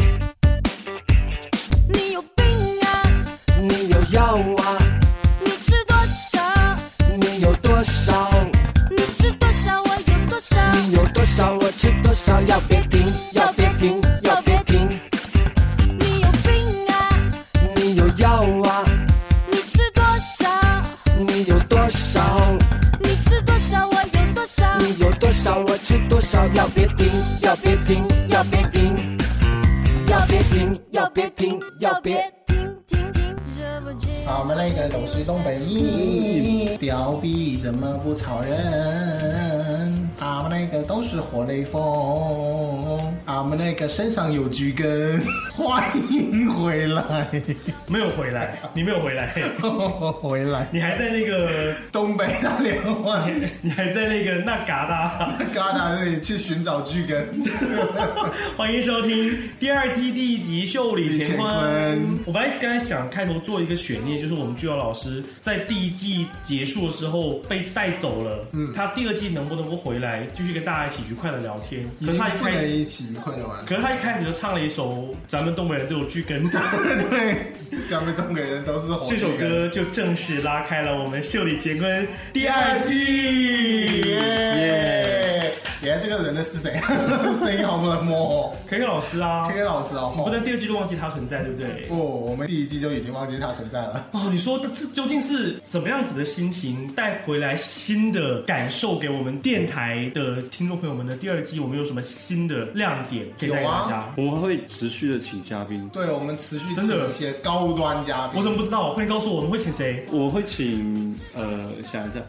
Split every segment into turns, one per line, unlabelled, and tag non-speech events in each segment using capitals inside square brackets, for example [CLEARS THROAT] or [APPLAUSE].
啊啊？
你吃多少？
你有多少？
你吃多少？我有多少？
你有多少？我吃多少？要别停，要别停，要别停，要别停，要别停，要别。
停停停，热不禁。
好，我们那个都是东北人，屌逼怎么不吵人？俺们那个都是活雷锋，俺们那个身上有桔梗，欢迎回来，
没有回 [LAUGHS] 来，你没有回来，
回来，
你还在那个， [LAUGHS]
东北打电话，
你还在那个那嘎达。 [LAUGHS]
嘎达那里去寻找桔梗。
欢迎收听第二季第一集《秀里乾坤》
乾坤。
我本来刚才想开头做一个悬念，就是我们巨瑶老师在第一季结束的时候被带走了，嗯，他第二季能不能够回来，继续跟大家一起愉快的聊天？可是他一
不
开
能一起愉快的玩。
可是他一开始就唱了一首咱们东北人都有句根， [LAUGHS]
对，咱们东北人都是红
这首
桔梗
歌就正式拉开了我们《秀里乾坤》第二季。耶！
耶！耶，这个人的是谁？ [LAUGHS] 声音好冷漠哦。
K K 老师啊
K K 老师
你不
哦，
在第二季就忘记他存在，对不对？
不，我们第一季就已经忘记他存在了。 [LAUGHS]
哦，你说这究竟是怎么样子的心情带回来新的感受给我们电台的听众朋友们呢？第二季我们有什么新的亮点可以带给大家？
我们会持续的请嘉宾，
对，我们持续
真的
请一些高端嘉
我
宾
怎。么不知道？啊快点告诉我，我们会请谁？
我会请呃，想一下，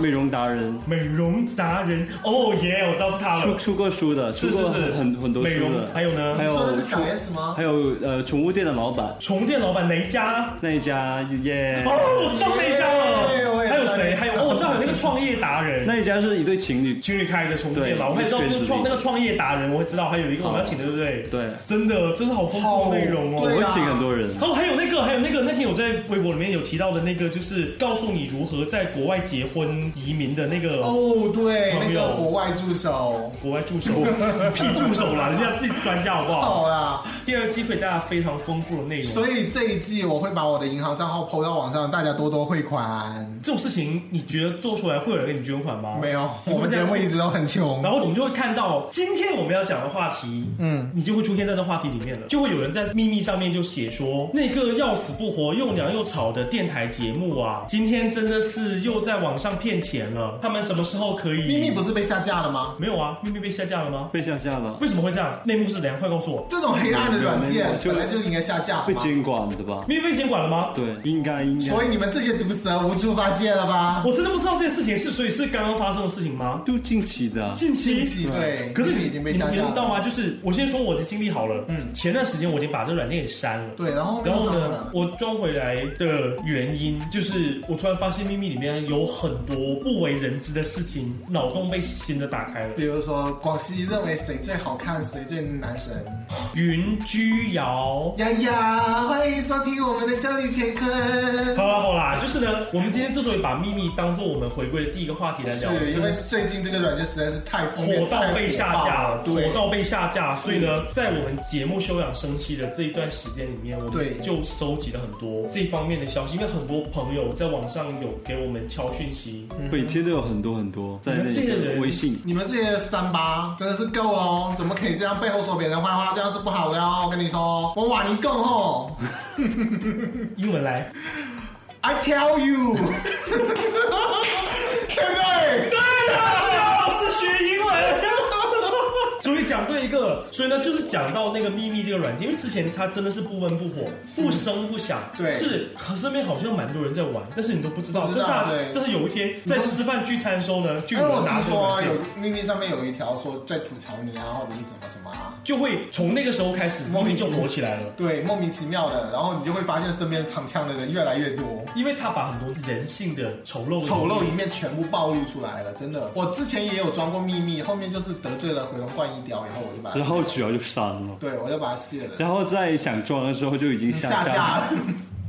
美容达人，
美容达人，哦耶，我知道是他
出
了。
出过书的，出
是是
过
是，
很很多
美
书
容，还
的，
有呢？
还
你说的
有
是小 S 吗
还？有呃，宠物店的老板
宠店老板哪一家？
那一家耶
哦，，我知道那一家
耶我
了。
也
还
知
有
道
谁？
那一家
还有哦，我知道还有那个创业达人。
那一家是一对情侣，
情侣开的宠物店
对
老板，我还知道就是创
是
那个创业达人，我会知道还有一个我们要请的，对不对？
对
真的，真的好丰富的内容哦。
好
我
对
会
啊
请很多人。
哦，还有那个，还有那个，那天我在微博里面有提到的那个，就是告诉你如何在国外结婚移民的那个
哦，对，
朋
那
友
个国外助手。
国外助手， [LAUGHS] 屁助手啦，人家自己专家好不好？
好啦，
第二季会带来非常丰富的内容，
所以这一季我会把我的银行账号抛到网上，大家多多汇款。
这种事情你觉得做出来会有人给你捐款吗？
没有，我们节目一直都很穷
然。后我们就会看到今天我们要讲的话题，嗯，你就会出现在那话题里面了，就会有人在秘密上面就写说，那个要死不活、又娘又吵的电台节目啊，今天真的是又在网上骗钱了，他们什么时候可以？
秘密不是被下架了吗？
没有啊，秘密被下架了吗？
被下架了，
为什么会这样？内幕是怎样？快告诉我，
这种黑暗的软
没
件
有就
本来就应该下架，好
被
吗？
监管的吧？
秘密被监管了吗？
对，应该应该
所。以你们这些毒蛇无处发泄了吧？
我真的不知道这件事情是，所以是刚刚发生的事情吗？
就近期的啊，
近期
近期对
可是
因为
你
已经被
你
下架
你们
了
知道吗？就是我先说我的经历好了。嗯，前段时间我已经把这软件给删了。
对，然后
然后
又上
呢
了，
我装回来的原因就是，我突然发现秘密里面有很多不为人知的事情，脑洞被新的打开了。
比如说广西认为谁最好看，谁最男神。
云居瑶，
丫丫，欢迎收听我们的《笑里乾坤》。
好啦好啦，就是呢，我们今天之所以把秘密当做我们回归的第一个话题来聊，
是
真
因为
的是
最近这个软件实在是太负面
火到被下
太火
架
爆
了
了，
火
对，
到被下架，所以呢，在我们节目休养生息的这一段时间里面，我
对
们就收集了很多这方面的消息，因为很多朋友在网上有给我们敲讯息，
嗯
每天都有很多很多在
你们
那
这些
个
人
微信。
你们这些三八真的是够了哦！怎么可以这样背后说别人坏话？这样是不好的哦！我跟你说，我瓦你够吼
英文来，
哦！I tell you，对不对？
对
啊
了，老师学英文。 [LAUGHS] 终于讲对一个，所以呢，就是讲到那个秘密这个软件，因为之前它真的是不温不火、不声不响，
对
是，可身边好像蛮多人在玩，但是你都不知道，
不知道
但是大
对
但是有一天在吃饭聚餐的时候呢，就
因
有
为我
人拿
听
出
说啊
来
有秘密上面有一条说在吐槽你啊，或者是什么什么啊，
就会从那个时候开始，秘密就火起来了。
对，莫名其妙的，然后你就会发现身边躺枪的人越来越多。
因为他把很多人性的丑陋、
丑陋一面全部暴露出来了，真的。我之前也有装过秘密，后面就是得罪了回龙观一雕以后，我就把
然
它，
后主要就删了，
对我就把它卸了，
然后在想装的时候就已经
下
下
架
架了。
了。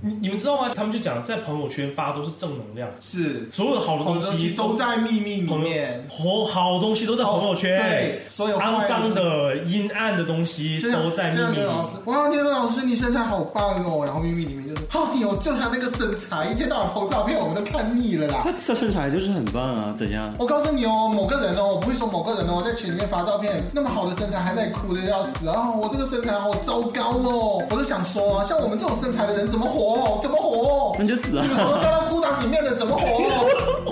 你你们知道吗？他们就讲在朋友圈发都是正能量，
[LAUGHS] 是，
所有的好的
好
东
的东
西
西都在秘密里
朋友
面。
好好东西都在朋友圈，
哦对所有坏的
肮脏的、阴暗的东西
就像
都在秘
就像
密
牛
里。
老师，哇，牛老师你身材好棒哦！然后秘密里面就是， [LAUGHS] 哎呦，就他那个身材，一天到晚 PO 照片，我们都看腻了啦
他。他身材就是很棒啊，怎样？
我告诉你哦，某个人哦，我不会说某个人哦，在群里面发照片，那么好的身材还在哭的要死啊！我这个身材好糟糕哦！我就想说啊，像我们这种身材的人怎么活活？怎么活？
那就死
你们
啊！
活
[LAUGHS]
到了裤裆里面了，怎么活？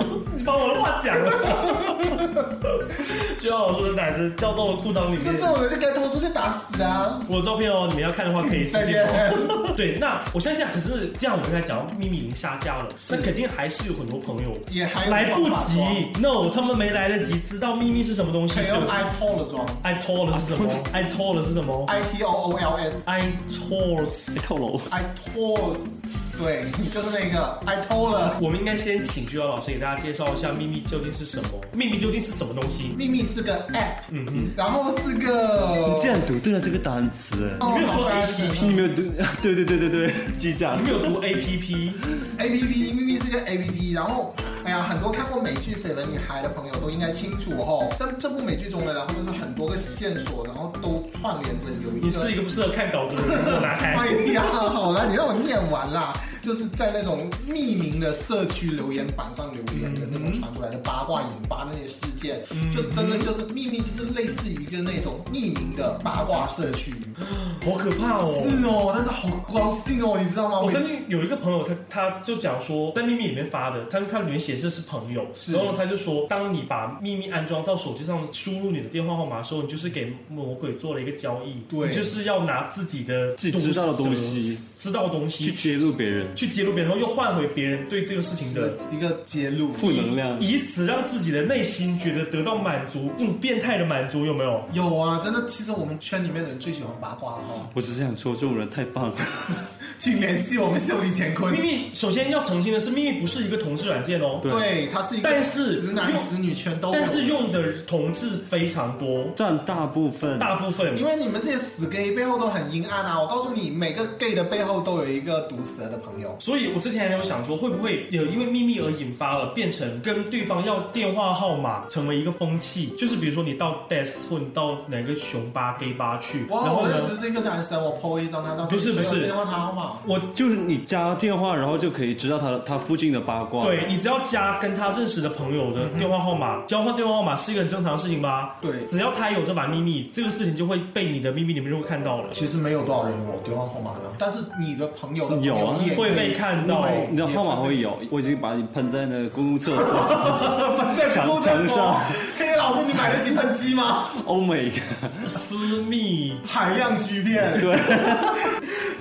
啊
把我的话
[LAUGHS]
讲了。就像老师的奶子掉到了裤裆里
这
面。
种人就该拖出去打死啊！
我的照片哦，你们要看的话可以私
再
信
见。
我。对，那我相信啊，可是这样我们刚才讲秘密已经下架了，那肯定还是有很多朋友
也还有
来不
办法
及，no，他们没来得及知道秘密是什么东西
还。用
所以
I t o l 的装
I told 了是
[LAUGHS]
什么？I told 了是什么
，I T O O L S，I
？I told。 [LAUGHS]
透露，
t o l s 对，就是那个 I t o l 了。
我们应该先请居瑶老师给大家介绍一下秘密究竟是什么？秘密究竟是什么东西？ [LAUGHS]
秘密是个 app，嗯嗯，然后是个哦
你竟然读对了这个单词，哎
没有说
APP，
你没有读？对 [LAUGHS] 对对对对，记账
你。没有读 A P P，
APP 秘密是个 APP，然后哎呀，很多看过美剧《绯闻女孩》的朋友都应该清楚哦。在这部美剧中呢，然后就是很多个线索，然后都串联着有
你
一个
是一
[LAUGHS]
个不适合看稿子的人，给我拿开。
哎呀，好啦，你让我念完啦。就是在那种匿名的社区留言板上留言的
嗯
那种传出来的八卦引发那些事件，就真的就是秘密，就是类似于一个那种匿名的八卦社区。
好可怕哦！
是哦，但是好高兴哦，你知道吗？
我
每次
曾经有一个朋友，他他就讲说，在秘密里面发的，但是他里面显示是朋友，
是
然后呢他就说，当你把秘密安装到手机上，输入你的电话号码的时候，你就是给魔鬼做了一个交易，
对
你就是要拿自己的
自己知道的东
毒
西
蛇，知道的东西
去揭露别人
去揭露别人，然后又换回别人对这个事情的。
一个揭露，
负能量。
以此让自己的内心觉得得到满足，这种变态的满足有没有？
有啊，真的，其实我们圈里面的人最喜欢八卦了哈、哦。
我只是想说，这种人太棒了。
请联系我们秀丽乾坤
秘。密首先要澄清的是，秘密不是一个同志软件哦，
对
对，它是一个，
但是
直男
用
直女圈都有，
但是用的同志非常多，
占大部分，
大部分
因为你们这些死 gay 背后都很阴暗啊！我告诉你，每个 gay 的背后都有一个毒蛇的朋友。
所以，我之前还有想说，会不会有因为秘密而引发了变成跟对方要电话号码，成为一个风气？就是比如说你到 desk 或你到哪个熊吧、gay 吧去，然
哇，
后
我认
呢，
识这个男生，我 po 一张他照
不
片，
是不是
所有电话他号码。
我
就是你加电话，然后就可以知道他他附近的八卦。
对你只要加跟他认识的朋友的电话号码，交换电话号码是一个很正常的事情吧？
对
只要他有这把秘密，这个事情就会被你的秘密里面就会看到了。
其实没有多少人有我电话号码的，但是你的朋友的朋友
有啊
也
会被看到
对
[LAUGHS]
你的号码会有，我已经把你喷在那个公共厕所。
[LAUGHS]
在
墙
墙
墙上。
[LAUGHS] 黑老师，你买得起喷机吗？
欧美，
私密
海量巨变，
对，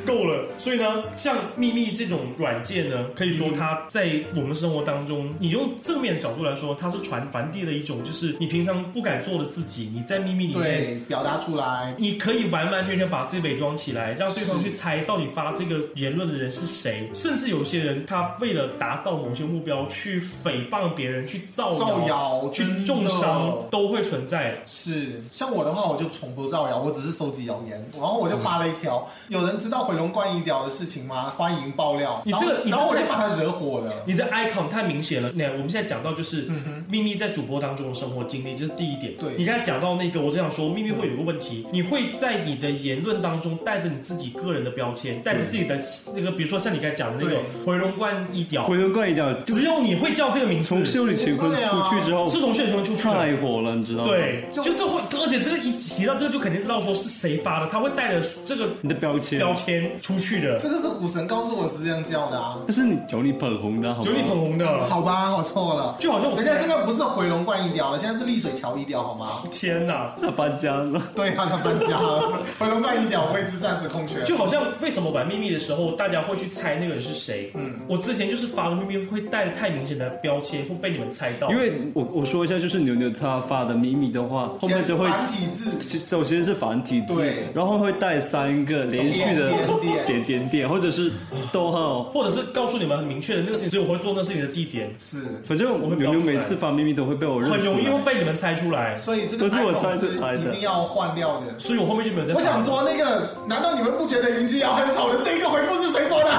够了，所以呢，像秘密这种软件呢，可以说它在我们生活当中，你用正面的角度来说，它是传传递了一种就是你平常不敢做的自己，你在秘密里面。
对，表达出来。
你可以完完全全把自己伪装起来，让对方
是
去猜到底发这个言论的人是谁。甚至有些人，他为了达到某些目标，去诽谤别人，去造谣、
造谣
去
真的
重伤，都会存在。
是，像我的话，我就从不造谣，我只是收集谣言，然后我就发了一条，有人知道回龙观一屌的事情吗？欢迎爆料。
嗯你
然后
这个你
然后我
这
就
个
把他惹火了。
你的 icon 太明显了。那我们现在讲到就是秘密在主播当中的生活经历，这是第一点。
对
你刚才讲到那个，我只想说，秘密会有一个问题，你会在你的言论当中带着你自己个人的标签，带着自己的那个，比如说像你刚才讲的那个
对
回龙观一屌，
回头怪一点，就
只有你会叫这个名字，
从秀丽乾坤
对啊
出去之后
是，从炫雄出去的。
太火了，你知道吗？
对，
就
就是会，而且这个一提到这个就肯定知道说是谁发的，他会带着这个
你的标签，
标签出去的，
这个是股神告诉我是这样叫的啊。
但是你有你粉红的，好吗
有你捧红的，
好吧，我错了。
就好像我
人家现在不是回龙观一雕了，现在是丽水桥一雕，好吗？
天哪！
他搬家了，
对啊，他搬家
[LAUGHS]
了。回龙观一雕位置暂时空缺。
就好像为什么玩秘密的时候，大家会去猜那个人是谁？嗯，我之前就是发了秘密会带着太明显的标签，会被你们猜到。
因为我我说一下，就是牛牛他发的秘密的话，后面都会
繁体字，
首先是繁体字
对，
然后会带三个连续的
点点点
点点点，或者是逗号。
或者是告诉你们很明确的那个事情，只有我会做那事情的地点，
是，
反正
我
我
会标
牛
出来
牛每次发秘密都会被我认
很
出
容易会哦
来。
被你们猜出来。
所以这个
可是我
iPhone
猜是猜的
是一定要换掉的。
所以我后哎面就没有再。
我想，说，那个，难道你们不觉得云之遥很丑的这一个回复是谁说的？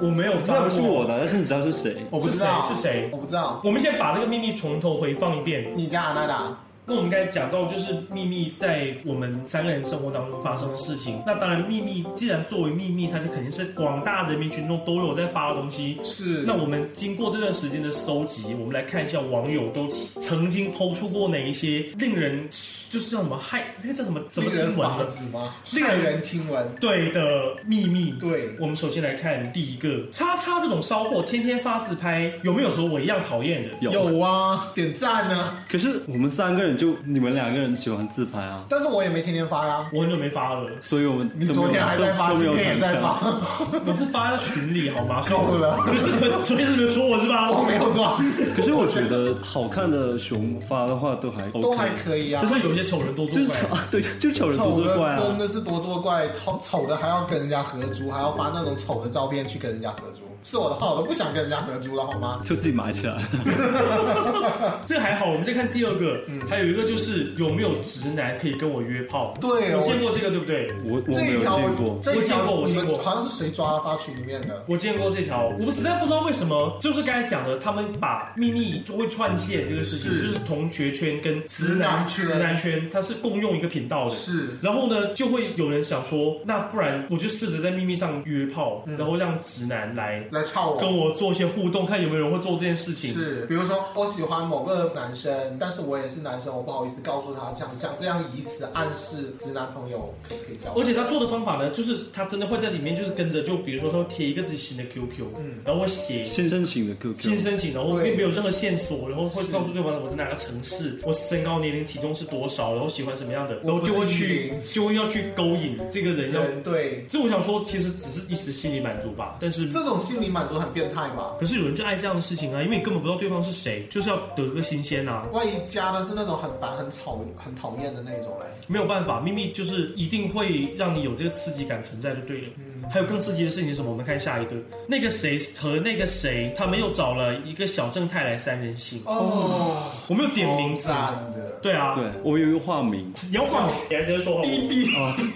我没有
这
发
不
过。
是我的，但是你知道是谁？
我不知道
是谁是谁
我不知道。
我们现在把那个秘密从头回放一遍。
你家阿娜达，
那我们刚才讲到，就是秘密在我们三个人生活当中发生的事情。那当然，秘密既然作为秘密，它就肯定是广大人民群众都有在发的东西。
是
那我们经过这段时间的搜集，我们来看一下网友都曾经抛出过哪一些令人就是叫什么害，这个叫什么什么
令
英
人
文
发
的？
指吗？
令
骇
人
人听闻。
对的秘密。
对
我们首先来看第一个，叉叉这种骚货天天发自拍，有没有和我一样讨厌的？
有
有啊，点赞啊！
可是我们三个人就你们两个人喜欢自拍啊，
但是我也没天天发呀、
我很久没发了，
所以我们
你
都没有
昨天还在发，
都
今
都没
天
有
也在
谈成
发，
我是发在群里好吗？
[LAUGHS] 够了
不是你们，所以你们说我是吧？
我没有
[LAUGHS]
抓，
可是我觉得好看的熊发的话都还
[LAUGHS]
OK,
都还可以啊
但。是有些丑人多
就
作
是
怪。
丑啊对，就丑人多
丑
作
的
怪
真
啊。
的是多作怪，丑丑的还要跟人家合租，还要发那种丑的照片去跟人家合租。是我的话，我都不想跟人家合租了，好吗？
就自己埋起来，
这还好，我们再看第二个，
嗯
还有一个就是有没有直男可以跟我约炮？
对
我见
哦，
过这个对不对？
我我没
这
有
一条
见过
我，这一条你
我见过我见
们
过
好像是谁抓发群里面的？
我见过这条，我实在不知道为什么，就是刚才讲的，他们把秘密就会串线这个事情，
是
就是同学圈跟直
直男圈
直男圈，它是共用一个频道的。
是
然后呢，就会有人想说，那不然我就试着在秘密上约炮，
嗯
然后让直男来
来操我。
跟我做一些互动，看有没有人会做这件事情。
是，比如说我喜欢某个男生，但是我也是男生，我不好意思告诉他，想想这样以此暗示直男朋友可以交
而
往。
且他做的方法呢，就是他真的会在里面，就是跟着，就比如说他会贴一个自己新的 QQ，嗯，然后会写
先申请的 QQ，
新申请，然后
对
并没有任何线索，然后会告诉对方我在哪个城市，我身高、年龄、体重是多少，然后喜欢什么样的，然
我
后
不是
就会
一
去
零
就会要去勾引这个人要。
人对
所以我想说，其实只是一时心理满足吧，但是。
这种心理满足很变态吧？
可是有人就爱这样的事情啊，因为你根本不知道对方是谁，就是要得个新鲜啊，
万一加的是那种很烦、很吵、很讨厌的那种嘞？
没有办法，秘密就是一定会让你有这个刺激感存在就对了。还有更刺激的事情是什么？我们看下一个，那个谁和那个谁，他们又找了一个小正太来三人行，
哦，
我没有点名字，
赞的，
对啊，
对我有一个化名，
你要放别人说好，
弟弟，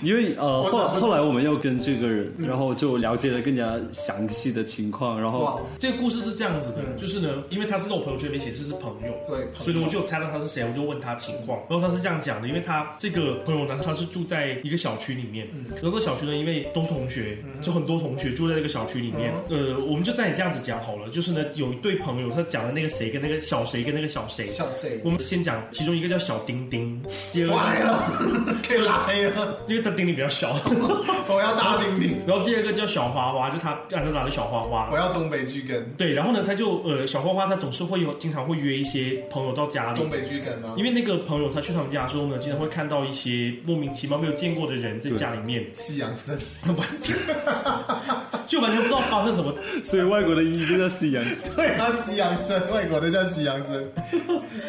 因为呃，
我
后来
忍不嗯住
后来我们又跟这个人，然后就了解了更加详细的情况，然
哇
后，
这个故事是这样子的，就是呢，因为他是在我朋友圈里面显示是朋友，
对朋友
所以呢我就有猜到他是谁，我就问他情况，然后他是这样讲的，因为他这个朋友呢，他是住在一个小区里面，
嗯
然后这个小区呢，因为都是同学，就很多同学住在这个小区里面，
嗯
呃，我们就再这样子讲好了，就是呢，有一对朋友，他讲的那个谁跟那个小谁跟那个小谁，
小谁
我们先讲其中一个叫小丁丁，第二
来
个，
了，可以来了，
因为他丁丁比较小。 [LAUGHS]
我要大丁丁，
然后第二个叫小花花，就他让他拿的小花花
我，要东北巨根，
对，然后呢，他就呃，小花花她总是会有经常会约一些朋友到家里
东，北巨根吗？
因为那个朋友他去他们家的时候呢，经常会看到一些莫名其妙没有见过的人在家里面，
西洋参， [LAUGHS]
完全就完全不知道发生什么。
所以外国的音就叫西洋，
对啊，西洋参，外国的叫西洋参，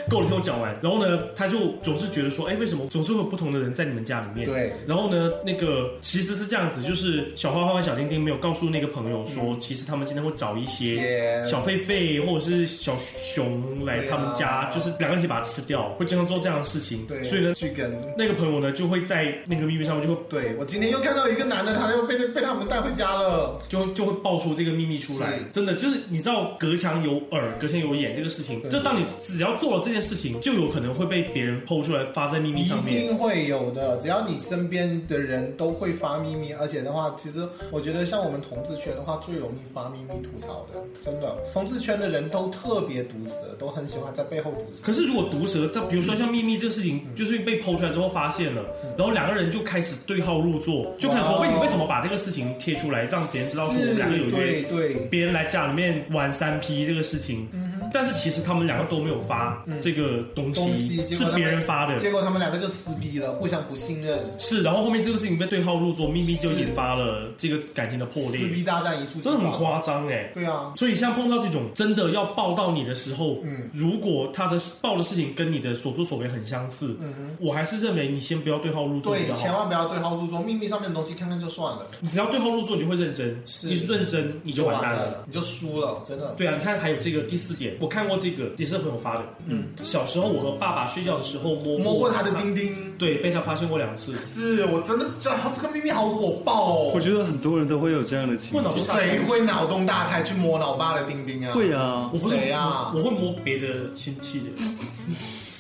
够了，听我讲完。然后呢，他就总是觉得说，哎，为什么总是会有不同的人在你们家里面？
对
然后呢，那个其实是这样子，就是小花花和小丁丁没有告诉那个朋友说，其实他们今天会找一些
嗯些
小狒狒或者是小熊来他们
对
家，
啊
就是两个人一起把它吃掉，会经常做这样的事情。
对，
所以呢，
巨根。
那个朋友呢，就会在那个秘密上面就会
对，我今天又看到一个男的，他又被被他们带回家了。
就会就会爆出这个秘密出来
是。
真的就是你知道隔墙有耳，隔墙有眼这个事情，
对
就当你只要做了这件事情，就有可能会被别人剖出来发在秘密
一
上面。
定会有的，只要你身边的人都会发秘密，而且的话，其实我觉得像我们同志圈的话，最容易发秘密吐槽的，真的，同志圈的人都特别毒舌，都很喜欢在背后毒舌。
可是如果毒舌，他比如说像秘密这个事
嗯
情，就是被剖出来之后发现了，然后两个人就开始对号入座，就开始说：“
哇
喂，你为什么把这个事情贴出来，让别人知道说我
哦是
们两个有，约
对？”对，
别人来家里面玩三 P 这个事情，但是其实他们两个都没有发这个东
东西
西，
结
是
果他们
别人发的。
结果他们两个就撕逼了，互相不信任，
是，然后后面这个事情被对号入座，秘密就是引发了这个感情的破
撕
裂，
逼大战一触即
真的很
发。
夸张哎、
对啊，
所以像碰到这种真的要报到你的时候，
嗯
如果他的报的事情跟你的所作所为很相似，我还是认为你先不要对号入座比
嗯对，
较
千
好。
万不要对号入座，秘密上面的东西看看就算了，
你只要对号入座，你就会认真，
是
你认真你就完蛋了。
了，你就输了，真的。
对啊，你看还有这个第四点，我看过这个也是朋友发的，嗯，小时候我和爸爸睡觉的时候摸
摸过他的
钉，
丁丁。
对，被他发现过两次。
是我真的觉得这个秘密好火爆
我
哦！
觉得很多人都会有这样的情
问老
况
师，
谁会脑洞大开去摸老爸的丁丁啊？
会啊
我，不是
谁啊
我会摸别的亲戚的。 [LAUGHS]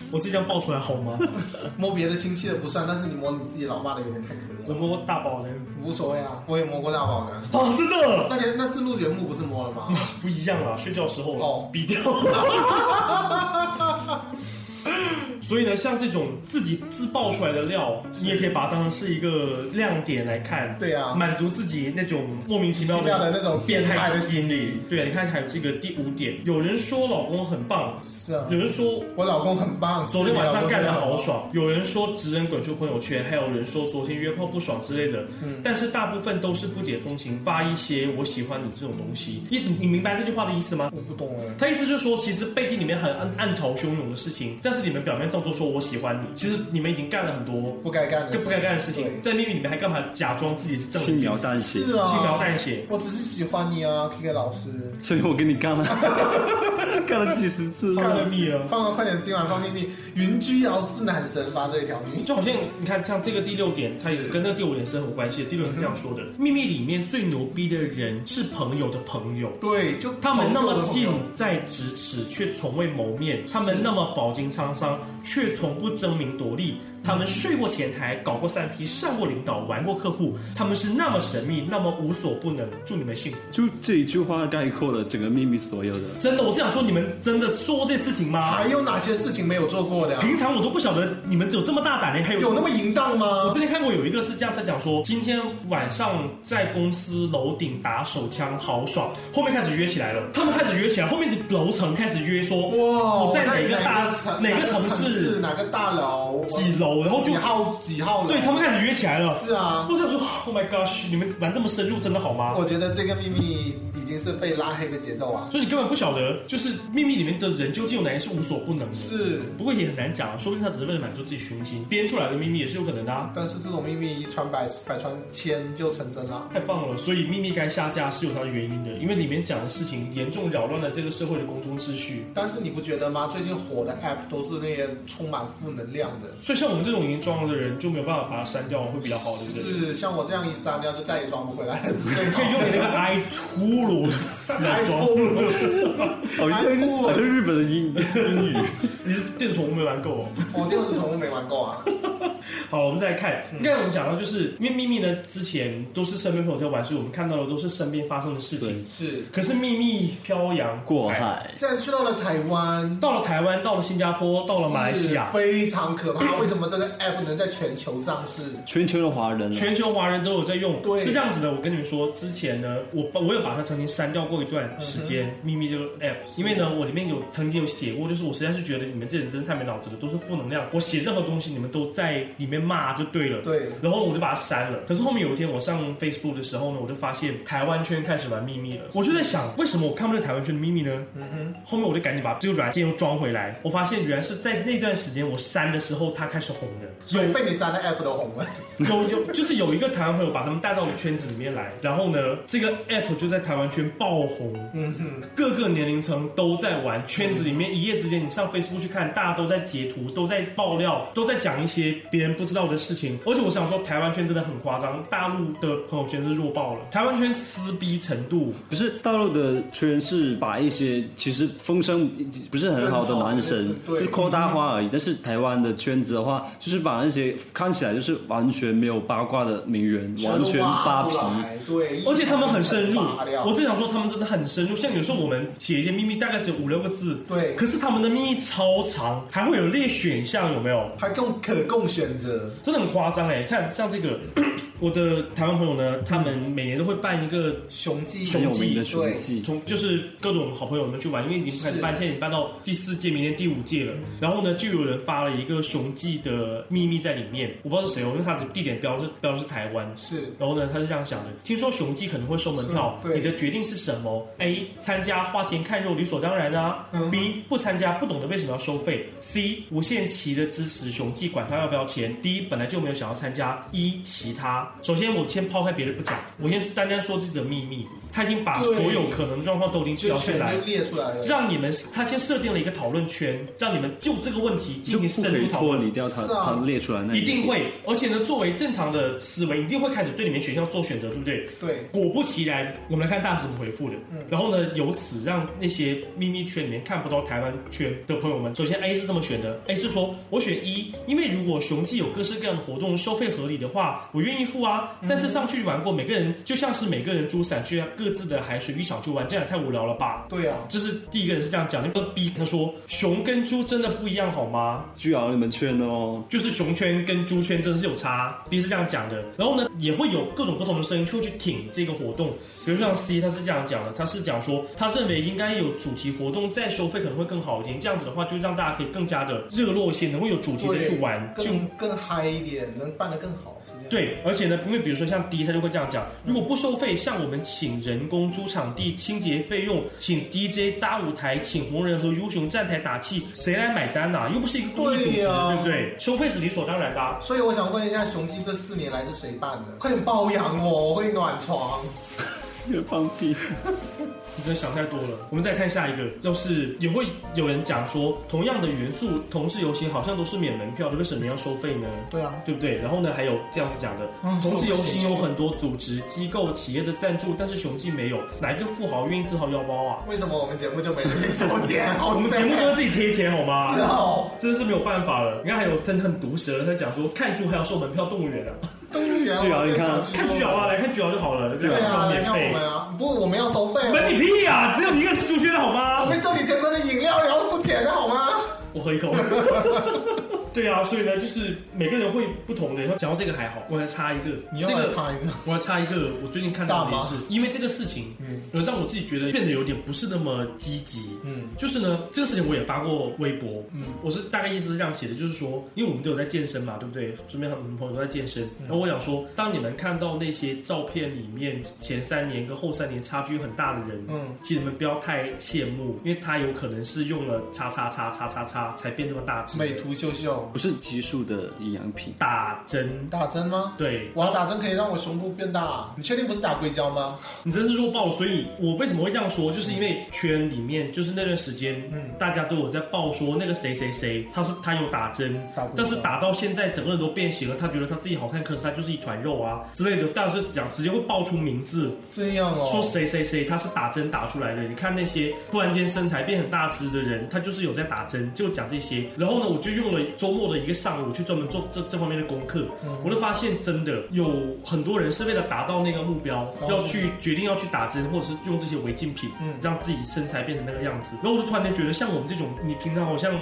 我自己这样爆出来好吗？
摸别的亲戚的不算，但是你摸你自己老爸的有点太可恶
我
了。
摸大宝嘞，
无所谓啊，我也摸过大宝的。
啊，真的
那天那是录节目不是摸了
[LAUGHS]
吗？
不一样啊啦，睡觉时候
哦
逼掉。 [LAUGHS] 所以呢，像这种自己自爆出来的料，你也可以把它当成是一个亮点来看。
对啊
满足自己那种莫名其
奇
妙
妙的那种变态的心理。
对，啊你看还有这个第五点，有人说老公很棒，
是啊
有，人说
我老公很棒，
昨天
是你
晚
老
上
公
干得
真的很
好
棒。
爽，有人说直人滚出朋友圈，还有人说昨天约炮不爽之类的。但是大部分都是不解风情，发一些我喜欢你这种东西。你你你明白这句话的意思吗？
我不懂哎，
他意思就是说，其实背地里面很暗暗潮汹涌的事情，但是你们表面动作说我喜欢你，其实你们已经干了很多
不该干的事，
更不该干的事情，
对
在秘密里面还干嘛假装自己是正
轻
经
描淡写，
是
轻描
啊，
淡写。
我只是喜欢你啊，K K 老师。
所以我跟你干了， [LAUGHS] 干了几十次
干
了。
了蜜了。
放了，快点，今晚放秘密。云居瑶是男神发这一条命，
就好像你看，像这个第六点，它也是跟那个第五点是很有关系的。第六点是这样说的：秘密里面最牛逼的人是朋友的朋友。
对，就
他们那么
朋
近
友的朋友
在咫尺，却从未谋面；他们那么饱经沧桑，却从不争名夺利。他们睡过前台，搞过三 P，上过领导，玩过客户。他们是那么神秘，那么无所不能。祝你们幸福！
就这一句话概括了整个秘密所有的。
真的，我这样说，你们真的做过这事情吗
还？有哪些事情没有做过的啊？
平常我都不晓得你们有这么大胆的，还有
有那么淫荡
我
吗
之？前看过有一个是这样在讲说，今天晚上在公司楼顶打手枪好爽，后面开始约起来了，他们开始约起来，后面的楼层开始约说，
哇，
我在
哪
哪个大
城
哪
哪
个城市
哪个大楼
几楼，然后就
几号几号楼？
对他们开始约起来了。
是啊。
我想说，Oh my gosh，你们玩这么深入真的好吗？
我觉得这个秘密已经是被拉黑的节奏啊。
所以你根本不晓得，就是秘密里面的人究竟有哪些是无所不能的。
是，
不过也很难讲，啊说不定他只是为了满足自己虚荣心编出来的秘密也是有可能的、啊。
但是这种秘密一传百，百传千就成真了。
太棒了！所以秘密该下架是有它的原因的，因为里面讲的事情严重扰乱了这个社会的公众秩序。
但是你不觉得吗？最近火的 app 都是那些充满负能量的，
所以像我们这种已经装了的人，就没有办法把它删掉，会比较好，对不对？
是像我这样一删掉就再也装不回来了，是最好
可以用你那个 i t u l s 来
[LAUGHS]
装。
好像
还过
好像哦日本的英英语，
你是电宠物没玩够哦。
我电子宠物没玩够啊，
好，我们再来看，刚才我们讲到，就是因为秘密呢，之前都是身边朋友在玩，所以我们看到的都是身边发生的事情
对。
是。
可是秘密漂洋
过
海，
海。
现在去到了台湾，
到了台湾，到了新加坡，到了马来西亚
是，非常可怕。为什么这个 app 能在全球上市？
全球的华人、啊，
全球华人都有在用，
对
是这样子的。我跟你们说，之前呢，我我有把它曾经删掉过一段时间，秘密这个 app，因为呢，我里面有曾经有写过，就是我实在是觉得你们这人真的太没脑子了，都是负能量。我写任何东西，你们都在里面骂就对了。
对
然后我就把它删了。可是后面有一天我上 Facebook 的时候呢，我就发现台湾圈开始玩秘密了。我就在想，为什么我看不到台湾圈的秘密呢？嗯哼。后面我就赶紧把这个软件又装回来，我发现原来是在那段时间我删的时候，它开始红的。
所以被你删的 app 都红了。
[LAUGHS] 有有，就是有一个台湾朋友把他们带到我圈子里面来，然后呢，这个 app 就在台湾圈爆红，嗯哼，各个年龄层都在玩，圈子里面一夜之间，你上 Facebook 去看，大家都在截图，都在爆料，都在讲一些别人不知道的事情。而且我想说，台湾圈真的很夸张，大陆的朋友圈是弱爆了，台湾圈撕逼程度，
不是大陆的圈是把一些其实风声不是很好的男神，
对
就是扩大化而已。但是台湾的圈子的话，就是把那些看起来就是完全没有八卦的名媛，完全扒皮。
皮，对，
而且他们很深入
扒掉，
我正想说他们真的很深入。像有时候我们写一些秘密，大概只有五六个字，
对
可是他们的秘密超长，还会有列选项，有没有？
还供可供选择，
真的很夸张哎！看像这个， [CLEARS THROAT] 我的台湾朋友呢，他们每年都会办一个
雄鸡
很有名的雄
对
记，
从就是各种好朋友们去玩，因为已经开始办，现在已经办到第四届，明年第五届了。然后呢，就有人发了一个雄记的秘密在里面，我不知道是谁哦，因为他的地点标是标是台湾。
是
然后呢，他是这样想的：听说雄记可能会收门票，
是对
你的决定是什么？A. 参加花钱看肉理所当然啊、
嗯
b 不参加不懂得为什么要收费；C. 无限期的支持雄记，管他要不要钱；D. 本来就没有想要参加；E. 其他他。首先，我先抛开别的不讲，
嗯
我先单单说自己的秘密。他已经把
对
所有可能的状况都已经
就
标出
全
来
都，列出来了。
让你们他先设定了一个讨论圈，让你们就这个问题
就
进行
不
深
可以
入讨
脱
论。
离掉他
是啊
他列出来那
一
个
定会，而且呢，作为正常的思维，一定会开始对你们选项做选择，对不对？
对，
果不其然，我们来看大使怎么回复的。然后呢，由此让那些秘密圈里面看不到台湾圈的朋友们，首先 A 是这么选的，A 是说我选一，因为如果雄记有各式各样的活动，收费合理的话，我愿意付啊。但是上去玩过，每个人就像是每个人珠伞去啊各自的海水浴场去玩，这样也太无聊了吧？
对啊，
这是第一个人是这样讲，那个 B 他说熊跟猪真的不一样好吗？
巨鳌你们圈哦，
就是熊圈跟猪圈真的是有差，B 是这样讲的。然后呢，也会有各种不同的声音去去挺这个活动，比如像 C 他是这样讲的，他是讲说他认为应该有主题活动，再收费可能会更好一点。这样子的话，就让大家可以更加的热络一些，能够有主题的
对，
去玩，就
更更嗨一点，能办得更好，是这样。，
对，而且呢，因为比如说像 D，他就会这样讲：如果不收费，像我们请人工租场地、清洁费用，请 DJ 搭舞台，请红人和 U 熊站台打气，谁来买单呐、又不是一个公益组织，
对呀
对不对？收费是理所当然的啊、
所以我想问一下，雄鸡这四年来是谁办的？快点包养我，我会暖床。
越放屁。
你真的想太多了。我们再看下一个，就是也会有人讲说，同样的元素，同志游行好像都是免门票的，为什么要收费呢？
对啊，
对不对？然后呢，还有这样子讲的
嗯，
同志游
说不清
行
楚
有很多组织、机构、企业的赞助，但是雄记没有，哪一个富豪愿意自掏腰包啊？
为什么我们节目就没人给你掏钱？好
[LAUGHS] 我们节目都是自己啊贴钱好吗？
啊是哦，
真的是没有办法了。你看还有真的很毒舌，他讲说看猪还要收门票，动物园啊，
动物园，
巨鳌你看
我最想去
看巨鳌啊，来看巨鳌就好了，对
对啊，
吧？
来
免
看我
费。
们啊，不，我们要收费哦。
门你屁呀、只有你一个是猪圈的好吗？
我们收你钱哥的饮料也要付钱的好吗？
我喝一口。对啊，所以呢，就是每个人会不同的。讲到这个还好，我来插一个，这个
插一个？
我要插一个，我最近看到
大
的也
妈
是，因为这个事情，
嗯
有让我自己觉得变得有点不是那么积极。
嗯，
就是呢，这个事情我也发过微博，
嗯
我是大概意思是这样写的，就是说，因为我们都有在健身嘛，对不对？身边很多朋友都在健身，
嗯
然后我想说，当你们看到那些照片里面前三年跟后三年差距很大的人，
嗯，
其实你们不要太羡慕，因为他有可能是用了叉叉叉叉叉叉才变这么大只，
美图秀秀
不是激素的营养品，
打针，
打针吗？
对，
我要打针可以让我胸部变大，你确定不是打硅胶吗？
你真是弱爆，所以我为什么会这样说，就是因为圈里面就是那段时间，
嗯
大家都有在爆说那个谁谁谁，他是他有打针
打过，
但是打到现在整个人都变形了，他觉得他自己好看，可是他就是一团肉啊之类的，大家就讲直接会爆出名字，
这样哦，
说谁谁谁他是打针打出来的。你看那些突然间身材变很大只的人，他就是有在打针，就讲这些。然后呢，我就用了周末的一个上午去专门做这这方面的功课，
嗯
我就发现真的有很多人是为了达到那个目标，要去决定要去打针，或者是用这些违禁品，
哦嗯
让自己身材变成那个样子。然后我就突然间觉得，像我们这种，你平常好像。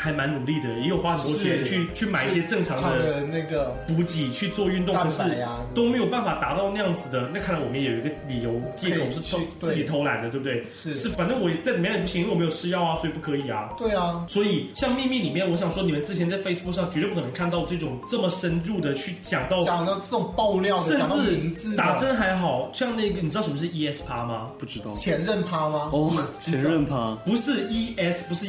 还蛮努力的，也有花很多钱
是
去去买一些正常
唱
的
的那个
补给去做运动，
蛋
可
白
是
啊
都没有办法达到那样子的。那看来我们也有一个理由借口是偷
可以去对
自己偷懒的，对不对？
是
是，反正我也在里面也不行，因为我没有吃药啊，所以不可以啊。
对啊，
所以，像秘密里面，我想说，你们之前在 Facebook 上绝对不可能看到这种这么深入的去讲到，
讲到这种爆料的，
甚
讲到名字啊
至
的
打针还好像那个，你知道什么是 ES 趴吗？
不知道
前任趴吗？
哦，前任趴
不是 ES，不是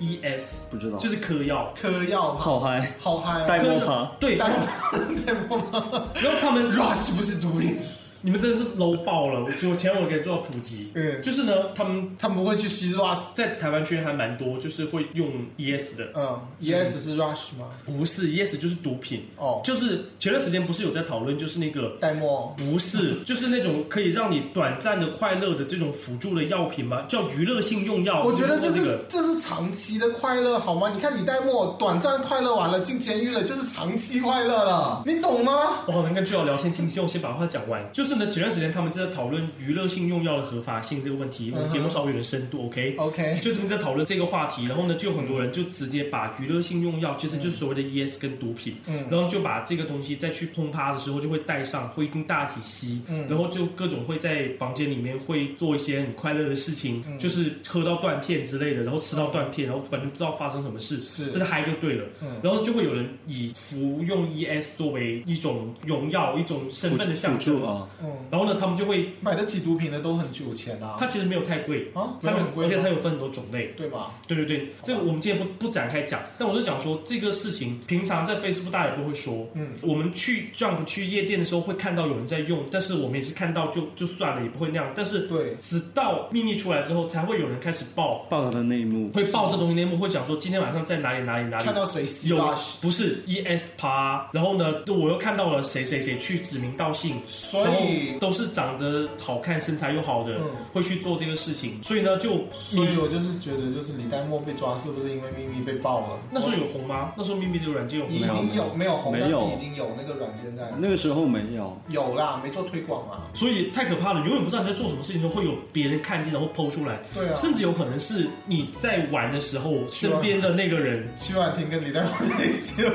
EX，ES
不知道
就是嗑药。
嗑药趴，
好嗨，
好嗨啊，
代
嗑
沫
药
趴，
对，
代
然后
代沫吗
他
[LAUGHS]
们 [LAUGHS]
？Rush 不是毒瘾，
你们真的是 low 爆了！我觉得我前两天我给你做到普及，
嗯
就是呢，他们
他们不会去吸 Rush，
在台湾圈还蛮多，就是会用 ES 的，
嗯，Yes 是 Rush 吗？
不是 ES 就是毒品
哦
就是前段时间不是有在讨论，就是那个。
代沫 [LAUGHS]
不是，就是那种可以让你短暂的快乐的这种辅助的药品吗？叫娱乐性用药。
我觉得
你
这是、
们用过那个
这是长期的快乐，好吗？你看李代沫短暂快乐完了，进监狱了，就是长期快乐了，你懂吗？
我好哦能跟巨佬聊天，请听我先把话讲完。就是呢，前段时间他们正在讨论娱乐性用药的合法性这个问
嗯
题，我们节目稍微有点深度，OK？
OK
就他们在讨论这个话题，然后呢，就有很多人就直接把娱乐性用药，其实就是所谓的 ES 跟毒品，
嗯
然后就把这个东西再去轰趴的时候就会带上，会跟大家一起吸，
嗯
然后就各种会在房间里面会做一些很快乐的事情，
嗯
就是喝到断片之类的，然后吃到断片，然后反正不知道发生什么事，
是
但是嗨就对了，
嗯
然后就 E 会有人以服用 ES 作为一种荣耀、一种身份的象
辅助
征。
啊，
嗯
然后呢，他们就会，
买得起毒品的都很有钱啊，
它其实没有太贵
啊没
它
有
有
很贵
而且
吗
它有分很多种类。
对吧？
对对对，这个我们今天不不展开讲，但我就讲说这个事情，平常在 Facebook 大家也不会说，
嗯，
我们去 jump 去夜店的时候会看到有人在用，但是我们也是看到就就算了，也不会那样。但是
对
直到秘密出来之后，才会有人开始报，
爆他的内幕，
会报这东西内幕，会讲说今天晚上在哪里哪里哪里
看到谁吸
有
吧，
不是 ES 趴，然后呢，我又看到了谁谁谁去指名道姓，
所
然后
以
都是长得好看、身材又好的，
嗯
会去做这个事情，所以呢，就
所以我就是觉得，就是李代沫被抓，是不是因为秘密被爆了？
那时候有红吗？那时候秘密的软件有红
已
吗？
经有没有红，
没
但是
有
已经有那个软件在了，
那个时候没有。
有啦，没做推广啊。
所以太可怕了，永远不知道你在做什么事情的时候会有别人看见，然后剖出来，
对啊
甚至有可能是你在玩的时候，
是吗
身边的那个人
徐婉婷跟李代沫在一起了，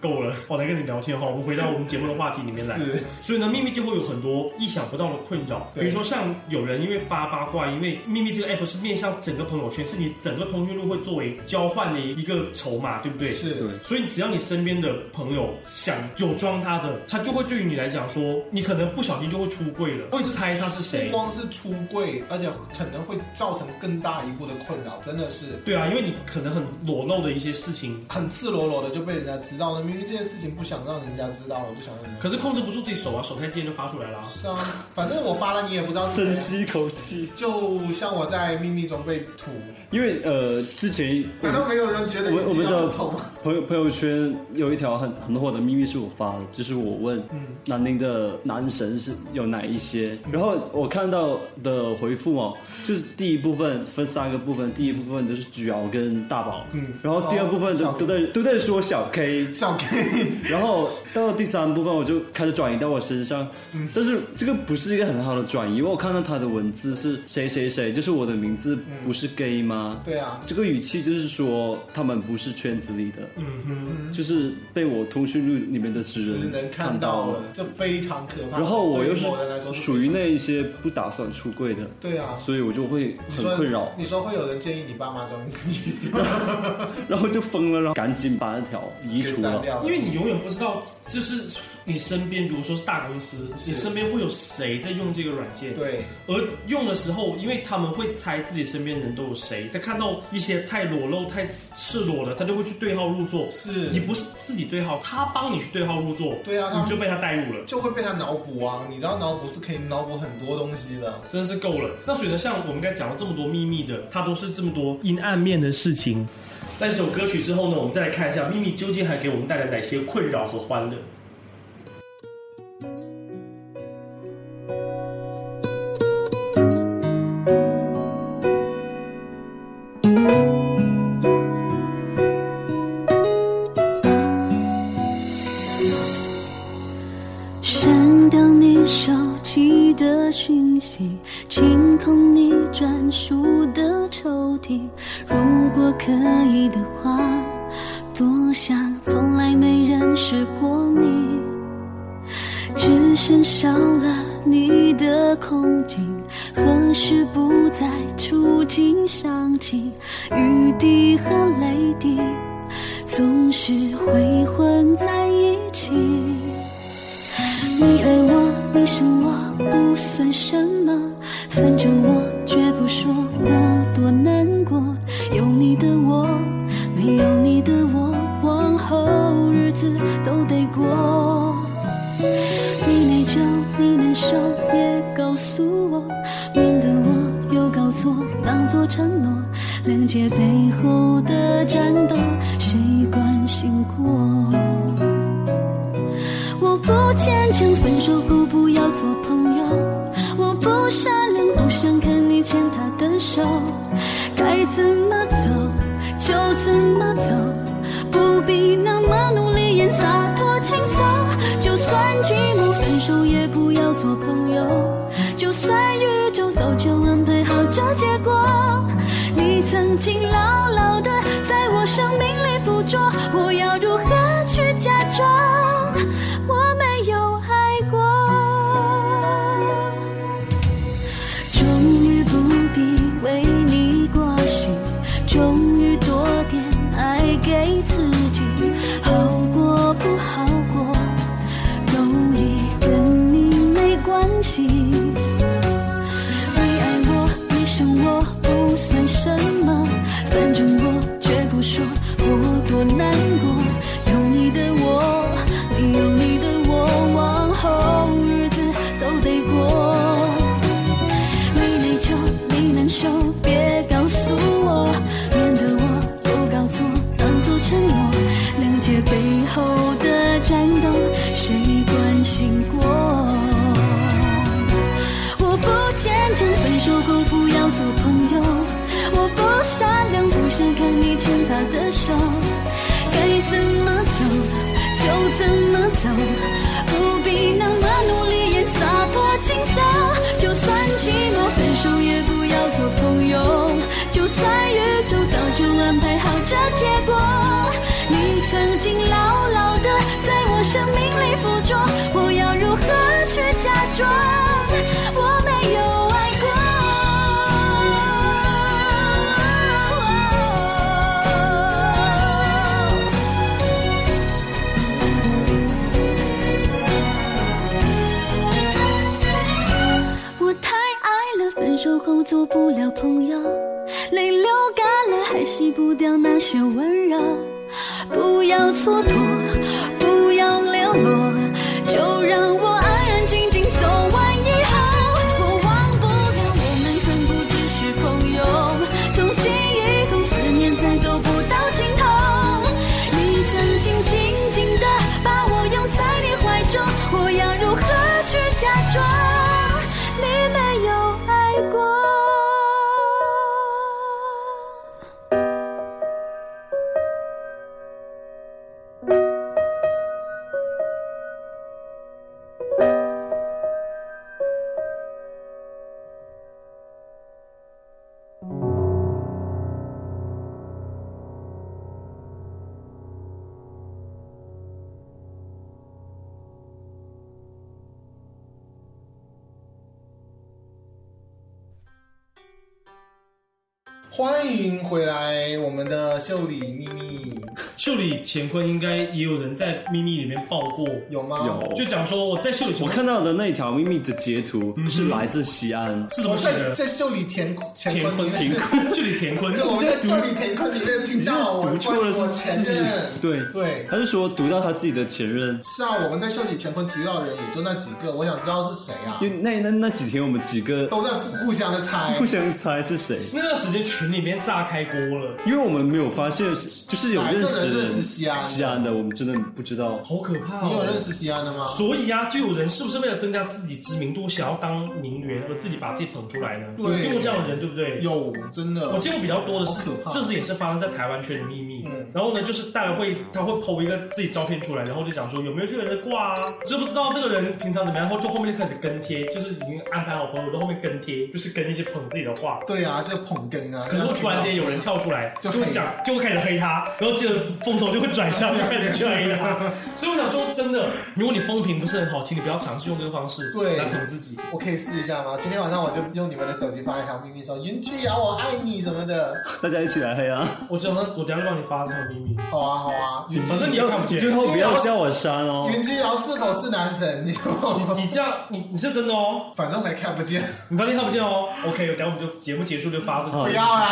够了， [LAUGHS] 我来跟你聊天哈，我们回到我们节目的话题里面来。
是
所以呢，秘密就会有很多意想不到的困扰，比
对
如说像有人因为发八卦，因为秘密这个 app 是面向整个朋友圈，是你整个通讯录会作为交换的一个筹码，对不对？
是
对
所以只要你身边的朋友想有装他的，他就会对于你来讲说，你可能不小心就会出柜了，会猜他是谁
不。光是出柜，而且可能会造成更大一步的困扰，真的是
对啊，因为你可能很裸露的一些事情，
很赤裸裸的就被人家知道了。明明这件事情不想让人家知道，我不想让人家。
可是控制不住自己手啊，手太贱就发出来了啊。
是啊，反正我发了你也不知道是谁。
深
啊
吸一口气，
就像我在秘密中被吐，
因为呃，之前
难道没有人觉得
我
你
我
知
们
道很
的
丑吗？
朋友朋友圈有一条很很火的秘密是我发的，就是我问
嗯
南宁的男神是有哪一些，然后我看到的回复哦，就是第一部分分三个部分，第一部分就是菊瑶跟大宝，
嗯
然后第二部分都
哦
都在都在说小 K，
小 K，
然后到第三部分，我就开始转移到我身上，
嗯
但是这个不是一个很好的转移，因为我看到他的文字是谁谁谁，就是我的名字不是 gay 吗？
嗯对啊，
这个语气就是说他们不是圈子里的，
嗯哼，
就是被我通讯录里面的纸
只
人
能看
看
到
了
了，。这非常可怕。
然后我又
对于某人来说是
属于那一些不打算出柜的，
对啊，
所以我就会
你
很
说
困扰，
你说会有人建议你爸妈装你，
然后就疯了，然后赶紧把那条移除
删
了。
掉了，
因为你永远不知道，就是你身边如果说是大公司，你身边会有谁在用这个软件。
对
而用的时候，因为他们会猜自己身边人都有谁，在看到一些太裸露、太赤裸的，他就会去对号入座。
是
你不是自己对号，他帮你去对号入座，
对啊，
你
他
就被他带入了。
就会被他脑补啊，你知道脑补是可以脑补很多东西的，
真是够了。那所以呢，像我们刚才讲了这么多秘密的，它都是这么多阴暗面的事情。那这首歌曲之后呢，我们再来看一下秘密究竟还给我们带来哪些困扰和欢乐。
删掉你手机的讯息，清空你专属的抽屉。如果可以的话，多想从来没认识过你，只剩少了你的空景。何时不再触景伤情？雨滴和泪滴总是会混在一起。你爱我，你伤我，不算什么，反正我绝不说我多难过。有你的我，没有你的我，往后日子都得过。你内疚，你难受，也告诉我，免得我又搞错，当作承诺。谅解背后的战斗，谁关心过？我不坚强，分手后不要做朋友。我不善良，不想看你牵他的手。该怎么走就怎么走，不必那么努力演洒脱轻松。就算寂寞，分手也不要做朋友。就算宇宙早就安排好这结果，你曾经牢牢的在我生命里捕捉，我要如何去假装我没有爱过？终于不必为你过心，终于多点爱给自己，好过不好过都已跟你没关系。羞，别告诉我，免得我又搞错，当作承诺。谅解背后的战斗，谁关心过？我不坚强，分手后不要做朋友。我不善良，不想看你牵他的手。该怎么走就怎么走，不必那么努力也洒脱轻松。就算寂寞，分手也不要做朋友。就算宇宙早就安排好这结果，你曾经牢牢的在我生命里附着，我要如何去假装我没有爱过？我太爱了，分手后做不了朋友，泪流干了还洗不掉那些温柔。不要蹉跎，不要联络，就让我安安静静走完以后。我忘不了我们曾不只是朋友，从今以后思念再走不到尽头。你曾经紧紧的把我拥在你怀中，我要如何去假装你没有爱过？
欢迎回来，我们的秀里秘密
秀里乾坤应该也有人在秘密里面爆过，
有吗？
有
就讲说我在秀里乾
我
坤
看到的那条秘密的截图
嗯
是来自西安，
是
我
从
在
的
在秀里田乾
田
坤
坤
里
田
面，
坤秀里田坤，
[LAUGHS] 我
你
在
在
秀里田坤里面听到我
读错了
我
是
前
自己
任。
对
对
他就说读到他自己的前任，
是啊，我们在秀里乾坤提到的人也就那几个，我想知道是谁啊
因，为那那那几天我们几个
都在互互相的猜
互。相猜是谁，
那段时间群里面炸开锅了，
因为我们没有发现，就是有
哪一个
认
人
识
认识西安的
西安的，我们真的不知道。
好可怕、哦！
你有认识西安的吗？
所以啊，就有人是不是为了增加自己知名度，想要当名媛，而自己把自己捧出来呢？
对
有见过这样的人，对不对？
有，真的
我。见过比较多的是
好可怕，
这是也是发生在台湾圈的秘密。
嗯
然后呢，就是大家会他会剖一个自己照片出来，然后就讲说有没有这个人的挂啊，知不知道这个人平常怎么样，然后就后面就开始跟贴，就是已经安排好朋友到后面跟贴，就是跟一些捧自己的话。
对啊，这捧哏啊。
可是会突然间有人跳出来，
就
就
黑
会讲，就会开始黑他，然后这个风头就会转向，就开始去
[LAUGHS]
黑他。所以我想说，真的，如果你风评不是很好，请你不要尝试用这个方式
对
来捧自己。
我可以试一下吗？今天晚上我就用你们的手机发一条秘密说云居瑶我爱你什么的。
大家一起来黑啊！
[LAUGHS]
我等下我等下就帮你发那个秘密，
好啊好啊，云
反正你
居
又看不见。
最后不要叫我删哦。
云居瑶是否是男神？
你这样，你你是真的哦，
反正还看不见，
你发现看不见哦。OK，等下我们就节目结束就发这
[LAUGHS]
好
个
不。要啊啦，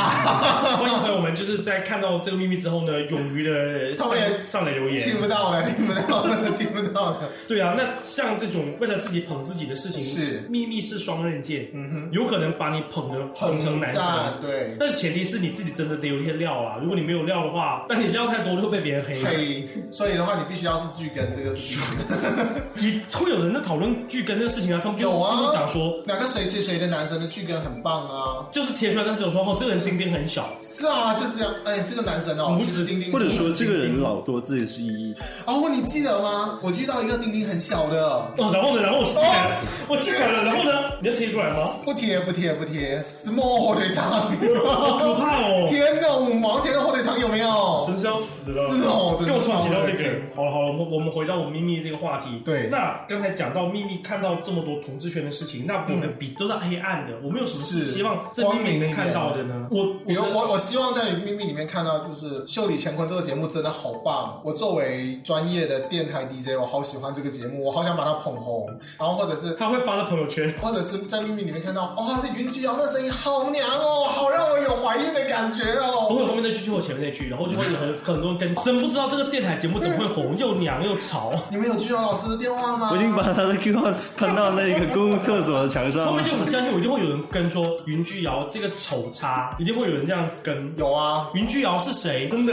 欢迎朋友们，就是在看到这个秘密之后呢，勇于的上
他们也
上来留
听
言。
不到了，听不到了，听不到了。
对啊，那像这种为了自己捧自己的事情，
是
秘密是双刃剑，嗯哼，有可能把你捧得捧成男神。
赞，对，
但前提是你自己真的得有一些料啊，如果你没有料的话，但你料太多就会被别人黑。
嘿，所以的话，你必须要是巨根，这个是巨根。
也会有人在讨论剧跟那个事情啊，他们就
有
就
啊
是讲说，
哪个谁谁谁的男生的巨根很棒啊？
就是贴出来那时候说哦，这个人丁丁很小，
是啊，就是这样。哎，这个男神哦，
拇指
其实丁丁，
或者说这个人老多自己是一一，
哦，你记得吗？我遇到一个丁丁很小的，
哦，然后呢，然后我记得了，
哦
我记得了，然后呢，你要贴出来吗？
不贴不贴不贴，small 火腿肠，
好可怕哦，
天哪，五毛钱的火腿肠有没有？
真是要死了。
是哦真的
跟我突然提
超
到这
恶
个
心，
好了好了，我们我们回到我们秘密这个话题。
对
那刚才讲到秘密，看到这么多同志圈的事情，那我们比都是黑暗的，我们有什么是
是
希望这秘密能看到的呢？我
比如我，我希望在秘密里面看到，就是《秀里乾坤》这个节节目真的好棒！我作为专业的电台 DJ，我好喜欢这个节目，我好想把它捧红。然后或者是
他会发到朋友圈。
或者是在秘密里面看到，哇、这云姬瑶那声音好娘哦，好让我有怀孕的感觉
我
哦。
有后面那句就有前面那句，然后就会有很很多
[LAUGHS]
人跟，真不知道这个电台节目怎么会红，又娘又潮。
你们有姬瑶老师的电话吗？
我已经把他的 Q 号喷到那个公共厕所的墙
后
上
面
了
就。我相信，我一定会有人跟说云居瑶这个丑叉，一定会有人这样跟。
有啊，
云居瑶是谁？真的，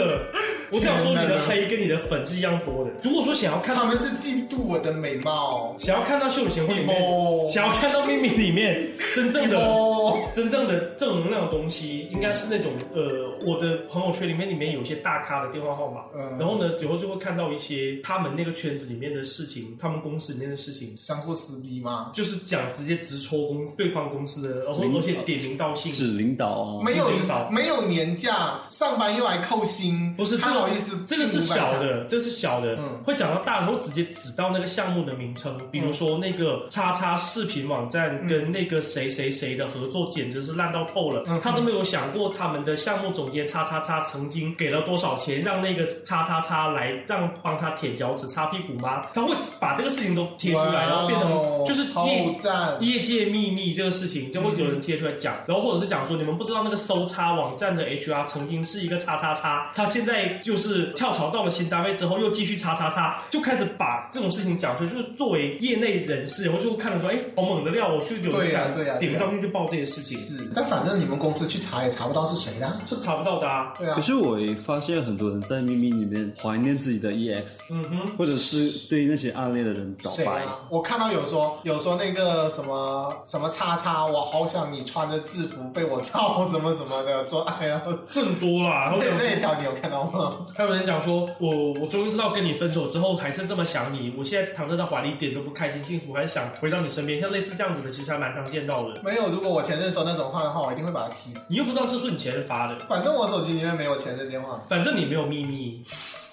我这样说，你的黑跟你的粉是一样多的。如果说想要看
他们是嫉妒我的美貌。
想要看到《秀女贤惠》里
一波
面，想要看到《秘密》里面真正的、
哦，
真正的正能量的东西，应该是那种呃，我的朋友圈里面里面有一些大咖的电话号码，
嗯
然后呢，有时候就会看到一些他们那个圈子里面的事情，他们公司里面的事情。
相互撕逼吗？
就是讲直接直戳公对方公司的，然后
领导
而且点名道姓，
指领导啊，
没有
是领导
没有年假，上班又来扣薪，
不是，
他
这个
好意思？
这个是小，的，这个是小的，
嗯
会讲到大的，会直接指到那个项目的名称，比如说那个叉叉视频网站跟那个谁谁谁的合作，简直是烂到透
嗯
了。他都没有想过他们的项目总监叉叉叉曾经给了多少钱，让那个叉叉叉来让帮他舔脚趾、擦屁股吗？他会把这个事情都贴出来，然后变成就是
好
业
哦赞。
业界秘密这个事情，就会有人贴出来讲，然后或者是讲说，你们不知道那个搜叉网站的 HR 曾经是一个叉叉叉，他现在就是跳槽到了新单位之后又继续叉叉叉，就开始把这种事情讲出来，就是作为业内人士，然后就看了说，哎，好猛的料，我就有
对
人
呀
敢
对啊呀对呀
顶上去就报这些事情，
是，但反正你们公司去查也查不到是谁的啊。
是查不到的啊。
对啊
可，是我也发现很多人在秘密里面怀念自己的 EX，
嗯哼，
或者是对那些暗恋的人表
谁
白。
啊？我看到有说有说那个什么什么叉叉，我好想你穿着制服被我操什么什么的做爱啊。
更多啦，然后
那
讲
那一条你有看到吗？
[LAUGHS] 还有人讲说，我我终于知道跟你分手之后还是这么想你，我现在躺在他怀里一点都不开心幸福，还是想回到你身边，像类似这样子的，其实还蛮常见到的。
没有，如果我前任说那种话的话，我一定会把他踢死。
你又不知道这是你前任发的，
反正我手机里面没有前任电话。
反正你没有秘密。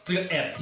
这个 app，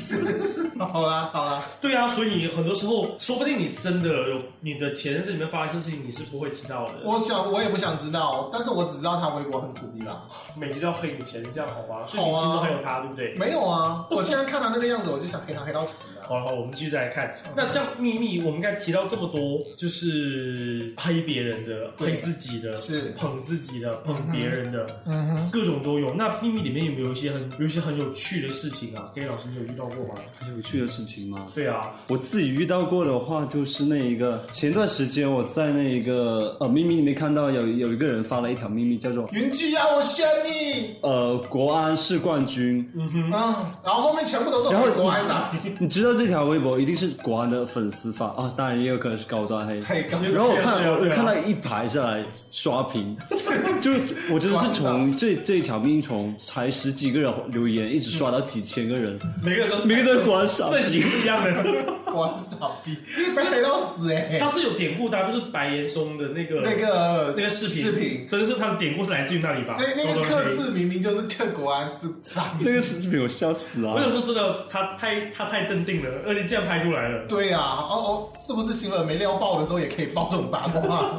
好啦好啦，
对啊，所以很多时候，说不定你真的有你的前任在里面发生事情，你是不会知道的。
我想我也不想知道，但是我只知道他微博很苦逼啦。
每天都要黑你前任，这样好吧？所以
好
你
啊
心中还有他，对不对？哦
没有啊，我现在看他那个样子，我就想黑他黑到死啊。
好了，好，我们继续再来看。那这样秘密，我们刚才提到这么多，就是黑别人的、
对
黑自己的、
是
捧自己的、捧别人的，
嗯哼，
各种都有。那秘密里面有没有一些很、有一些很有趣的事情啊？给老师，你有遇到过吗？
很有趣的事情吗？
对啊，
我自己遇到过的话，就是那一个前段时间我在那一个呃秘密里面看到有有一个人发了一条秘密，叫做
[LAUGHS] 云居啊要我选你
呃国安世冠军。
啊，然后后面全部都是
然后
我国安傻
[LAUGHS]
逼，
你知道这条微博一定是国安的粉丝发啊，当然也有可能是高端黑。
嘿，刚
然后我看
对啊对啊
我看到一排下来刷屏， [LAUGHS] 就我真的是从这这条命从才十几个人留言，一直刷到几千个人，
每个人都
每个人都关上。
阵型是一样
[LAUGHS]
的。
国安傻逼，被黑到死哎、
[LAUGHS] 他是有典故的啊，就是白岩松的那个
那个
那个视频，啊
视频，
真的是他的典故是来自于那里吧？
那那
高
个
端
刻
黑
字明明就是刻国安是傻逼，
这个视频我笑死
我
啊
有！时候真的，他太他太镇定了，而且这样拍出来了。
对呀、啊，哦哦，是不是新闻没料爆的时候也可以爆这种八卦？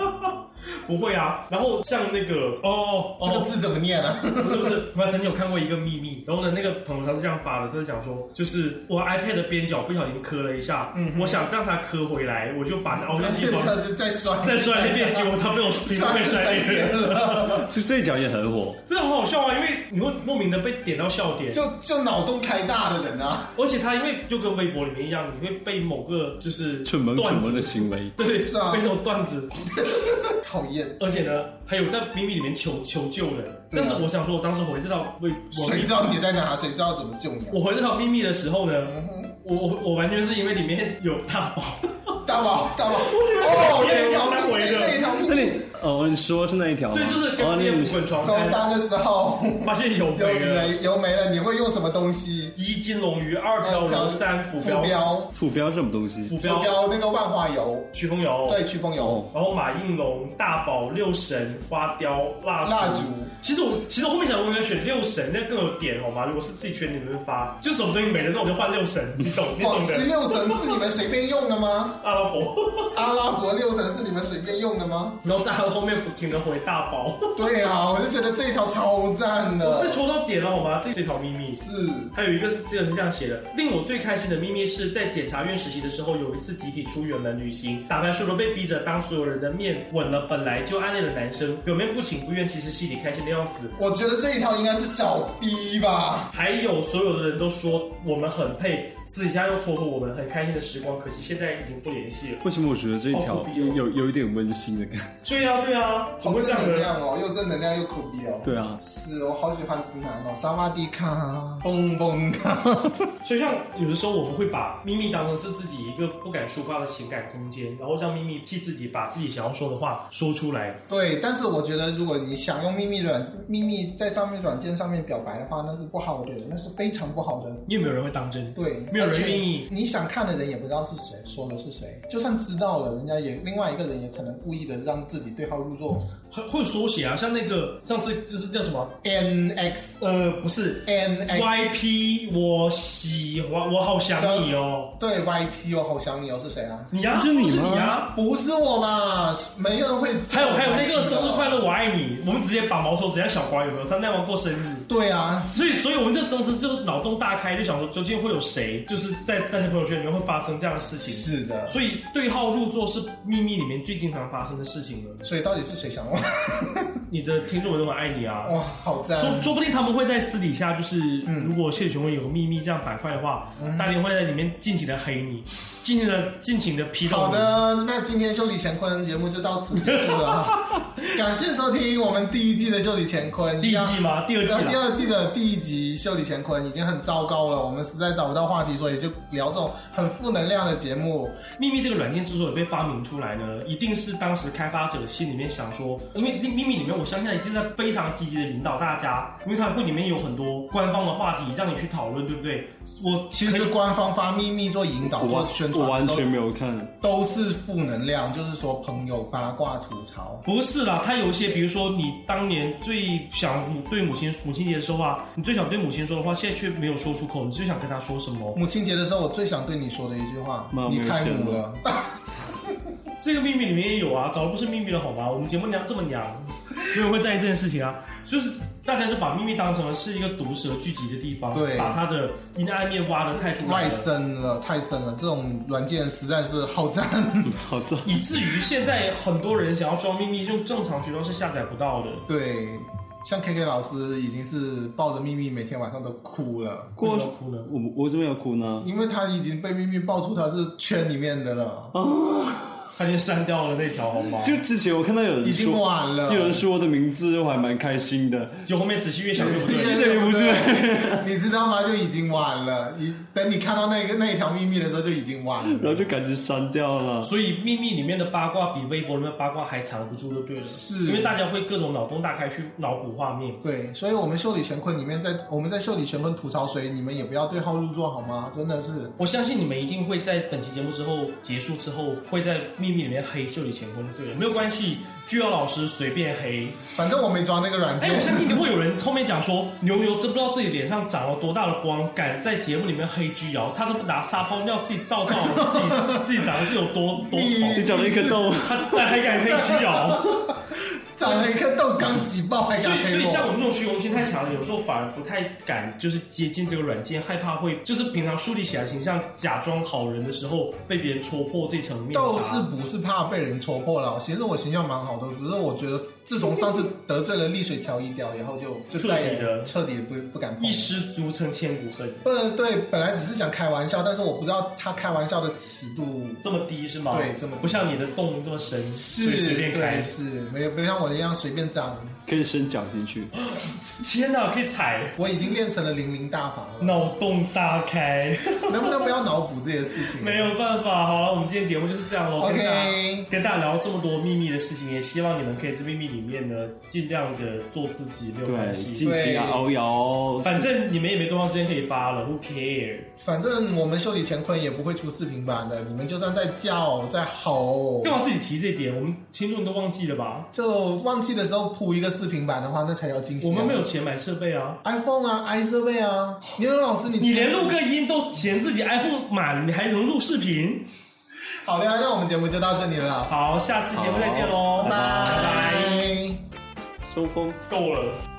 不会啊，然后像那个哦哦
这个
哦，
字怎么念啊？
不是不是，我还曾经有看过一个秘密，然后呢，那个朋友他是这样发的，他是讲说，就是我 iPad 的边角不小心磕了一下，我想让它磕回来，我就把凹进去
这个字嗯 [LAUGHS] 再摔
再摔一遍，
[LAUGHS]
结果它被我屏幕
摔
被摔
三
裂
遍
了，
了，
这这条也很火，
真的很好笑啊，因为你会莫名的被点到笑
[LAUGHS]
点，
就就脑洞开大的人啊， [LAUGHS]
而且他因为就跟微博里面一样，你会被某个就是
蠢萌
段
蠢萌
子，
的行为。
对，
是啊
被那种段子
讨厌，
而且呢，还有在秘密里面求求救人。
对
但
啊
是我想说，我当时回这套微我
谁知道你在哪？谁知道怎么救你啊？
我回这套秘密的时候呢，
嗯
我我我完全是因为里面有大宝，
大宝，大宝，哦，那条
我以为
命，那
是
条
那
命，
你哦，你说是那一条吗？
对，就是
哦，
跟
你
蝙蝠滚床
中
单，
单的时
[LAUGHS]
候
发现有
有
没了。
没有没了，你会用什么东西？
一金龙鱼，二漂流，三浮
浮
标，
标，
副标是什么东西？
浮
浮
标，哦
标那个万花油，
曲风油，
对，驱风油，
然后马应龙、大宝、六神、花雕、蜡
蜡烛。
其实我其实后面想，我应该选六神，那更有点好吗？如果是自己圈
[LAUGHS]
里面发，就什么东西没了，那我就换六神，你懂你懂
广西
的
六神是你们随便用的吗？
啊？拉伯， [LAUGHS]
阿拉伯六神是你们随便用的吗？
然后大家后面不停的回大包，
对啊，我就觉得这一条超赞
[LAUGHS] 被
的，
戳到点了好吗？这这条秘密。
是
还有一个是这个是这样写的，令我最开心的秘密是在检察院实习的时候，有一次集体出远门旅行，打牌输了被逼着当所有人的面吻了本来就暗恋的男生，表面不情不愿，其实心里开心的要死。
我觉得这一条应该是小 B 吧。
还有所有的人都说我们很配，私底下又撮合我们很开心的时光，可惜现在已经不联系了。
为什么我觉得这一
好
条
酷毙哦
有有有一点温馨的感觉？
对呀、对呀、怎
好
么会这
正
样
能
呢？
量哦，又正能量又苦逼哦。
对啊，
是我好喜欢直男哦，萨瓦迪卡，蹦蹦卡。
所以像有的时候我们会把秘密当成是自己一个不敢抒发的情感空间，然后让秘密替自己把自己想要说的话说出来。
对，但是我觉得如果你想用秘密软秘密在上面软件上面表白的话，那是不好的，那是非常不好的。
因为没有人会当真。
对，
没有人
而且
愿意
你想看的人也不知道是谁说的是谁，就算知道了，人家也另外一个人也可能故意的让自己对号入座。
会会缩写啊，像那个上次就是叫什么？
N X
呃，不是
N
哎
X
YP，我喜欢，我好想你哦。
对 Y P 哦，好想你哦，是谁啊？
你呀，
不是你吗
你呀。
不是我吧？没有人会。
还有还有那个生日快。乐，我爱你。我们直接把毛手指向小瓜有没有？他那晚过生日，
对啊，
所以所以我们就当时就脑洞大开，就想说究竟会有谁，就是在大家朋友圈里面会发生这样的事情。
是的。
所以对号入座是秘密里面最经常发生的事情了。
所以到底是谁想我？ [LAUGHS]
你的听众们都很爱你啊。
哇，好赞！
说说不定他们会在私底下，就是如果谢琼文有个秘密这样板块的话，
嗯
大连会在里面尽情的黑你，尽情的尽情的批斗
好
你。
的，那今天《修理乾坤》节目就到此结束了
[LAUGHS]
啊，感谢收听我们第一季的《修理乾坤》，
第一季吗？第二季
然后第
了。
二季的第一集《修理乾坤》已经很糟糕了，我们实在找不到话题，所以就聊这种很负能量的节目。
秘密这个软件之所以被发明出来呢，一定是当时开发者心里面想说，因为秘密里面，我相信他已经在非常积极的引导大家，因为它会里面有很多官方的话题让你去讨论，对不对？我
其
可
实
以
官方发秘密做引导、
我
做
完
宣
我
传
完
的时
全
候，
没有看。
都是负能量，就是说朋友八卦吐槽。
不是啦，他有一些，比如说你当年最想母对母亲母亲节的时候啊，你最想对母亲说的话，现在却没有说出口，你最想跟她说什么？
母亲节的时候，我最想对你说的一句话
妈：
你
没有
太
钱
母了。 [LAUGHS]
这个秘密里面也有啊，早就不是秘密了好吗？我们节目娘这么
[LAUGHS]
娘，没有人会在意这件事情啊。就是大家就把秘密当成了是一个毒蛇聚集的地方，
对
把他的阴暗面挖的太出来
太
了。
深了，太深了！这种软件实在是好赞。
好赞！
以至于现在很多人想要装秘密，用正常渠道是下载不到的。
对，像 K K 老师已经是抱着秘密，每天晚上都哭了，
过
为什么哭呢
我我怎么要哭呢？
因为他已经被秘密爆出他是圈里面的了，
他已经删掉了那条，好吗？
就之前我看到有人
已经
说，
晚了。
有人说我的名字，我还蛮开心的。
就后面仔细越想越不对。
越
这也不
对，你知道吗？就已经晚了。你等你看到那个那一条秘密的时候，就已经晚了。
然后就赶紧删掉了。
所以秘密里面的八卦比微博里面的八卦还藏不住，就对了。
是
因为大家会各种脑洞大开去脑补画面。
对，所以我们秀里乾坤里面在我们在秀里乾坤吐槽谁，你们也不要对号入座好吗？真的是，
我相信你们一定会在本期节目之后结束之后，会在秘密里面黑秀里乾坤，对了，没有关系，巨瑶老师随便黑。
反正我没装那个软
哎，
件
我。相信一定会有人后面讲说，牛牛真不知道自己脸上长了多大的光，敢在节目里面黑巨瑶，他都不拿撒泡尿自己照照自己自己长得是有多多丑，
你讲了一个洞，
他他还敢黑巨瑶。
长了一颗痘，刚挤爆还
所
敢
以，所
黑
以像
我？
我们这种虚荣心太强了，有时候反而不太敢，就是接近这个软件，害怕会就是平常树立起来形象，假装好人的时候被别人戳破这层面纱。
豆是不是怕被人戳破了？其实我形象蛮好的，只是我觉得自从上次得罪了丽水桥一雕以后就，就
彻底
再也
的
彻底不不敢碰了。
一失足成千古恨，
不能对，本来只是想开玩笑，但是我不知道他开玩笑的尺度
这么低是吗？
对这么低
不像你的洞这么深，
是
随随便开
对。是，没有没有像我一样随便长。
可以伸脚进去。
天哪，可以踩，
我已经练成了零零大法
[LAUGHS]
了，
脑洞大开， [LAUGHS]
能不能不要脑补这些事情？
没有办法。好了，我们今天节目就是这样喽。跟大家
OK，
跟大家聊这么多秘密的事情，也希望你们可以在秘密里面呢，尽量的做自己，没有
对
关，系。
尽情啊遨游。
反正你们也没多长时间可以发了，Who care？
反正我们修理乾坤也不会出视频版的，你们就算在叫在吼，
干嘛自己提这点？我们听众都忘记了吧？
就忘记的时候铺一个视频版的话，那才叫惊喜啊。
我们没有钱买设备啊！
iPhone 啊，i 设备
[LAUGHS]
啊，牛牛老师你
你连录个音都嫌自己 iPhone 满，你还能录视频？
好的，那我们节目就到这里了，
好，下次节目再见喽，
好
拜
拜拜，
拜。
收工。
够了。